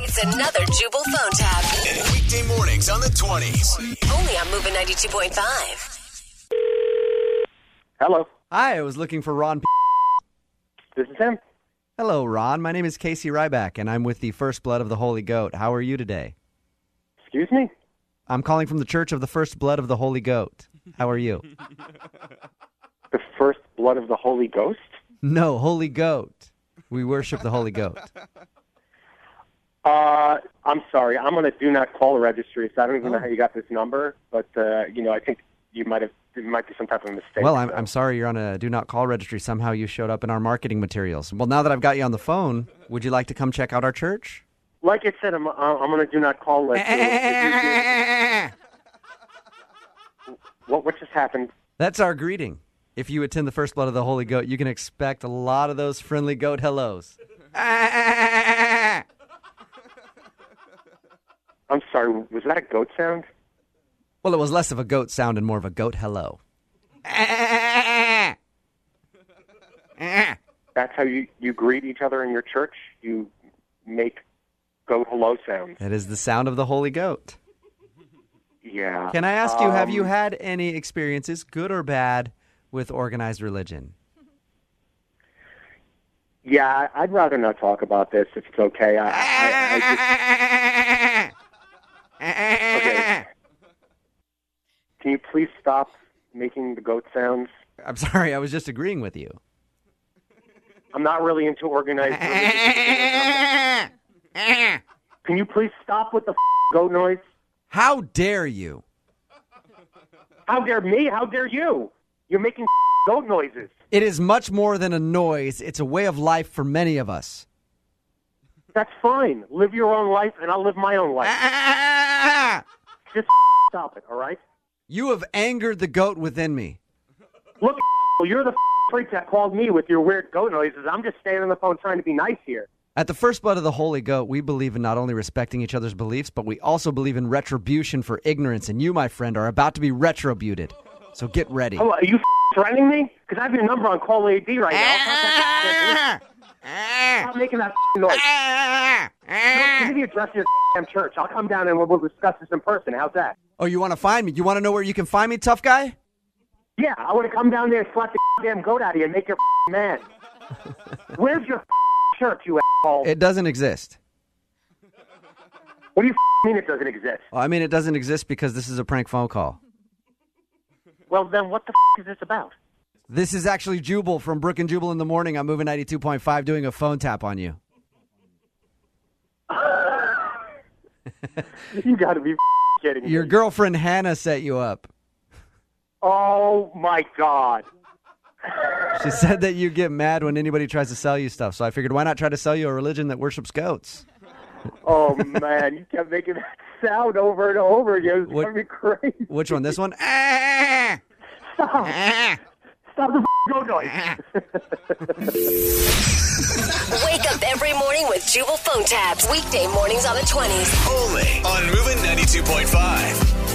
It's another Jubal phone tab. Weekday mornings on the 20s. Only on Moving 92.5. Hello, Hi, I was looking for Ron. P- this is him. Hello, Ron. My name is Casey Ryback, and I'm with the First Blood of the Holy Goat. How are you today? Excuse me. I'm calling from the Church of the First Blood of the Holy Goat. How are you? The first blood of the Holy Ghost. no, Holy Goat. We worship the Holy Goat. Uh, I'm sorry. I'm on a do not call registry, so I don't even Oh. know how you got this number. But uh, you know, I think you might have it might be some type of mistake. Well, I'm, so. I'm sorry you're on a do not call registry. Somehow you showed up in our marketing materials. Well, now that I've got you on the phone, would you like to come check out our church? like I said, I'm uh, I'm on a do not call list. what what just happened? That's our greeting. If you attend the First Blood of the Holy Goat, you can expect a lot of those friendly goat hellos. I'm sorry. Was that a goat sound? Well, it was less of a goat sound and more of a goat hello. That's how you you greet each other in your church. You make goat hello sounds. That is the sound of the holy goat. Yeah. Can I ask you, have you Um, had any experiences, good or bad, with organized religion? Yeah, I'd rather not talk about this if it's okay. I, I, I just, Okay. Can you please stop making the goat sounds? I'm sorry, I was just agreeing with you. I'm not really into organized. religious- Can you please stop with the goat noise? How dare you? How dare me? How dare you? You're making goat noises. It is much more than a noise, it's a way of life for many of us. That's fine. Live your own life, and I'll live my own life. Just stop it, all right? You have angered the goat within me. Look, you're the freak that called me with your weird goat noises. I'm just staying on the phone trying to be nice here. At the First Blood of the Holy Goat, we believe in not only respecting each other's beliefs, but we also believe in retribution for ignorance, and you, my friend, are about to be retributed. So get ready. Oh, are you threatening me? Because I have your number on call AD right now. Stop making that noise. Ah. No, Give me your address to your damn church. I'll come down and we'll, we'll discuss this in person. How's that? Oh, you want to find me? You want to know where you can find me, tough guy? Yeah, I want to come down there and slap the damn goat out of you and make your man. Where's your church, you asshole? It doesn't exist. what do you mean it doesn't exist? Well, I mean, it doesn't exist because this is a prank phone call. Well, then what the is this about? This is actually Jubal from Brook and Jubal in the Morning. I'm moving 92.5 doing a phone tap on you. You got to be kidding me. Your girlfriend Hannah set you up. oh, my God. She said that you get mad when anybody tries to sell you stuff. So I figured, why not try to sell you a religion that worships goats? Oh, man. You kept making that sound over and over again. It's What- driving me crazy. Which one? This one? Ah! Stop the goat noise. Ah. Wake up every morning with Jubal phone tabs. Weekday mornings on the 20s. Only on Moving 92.5.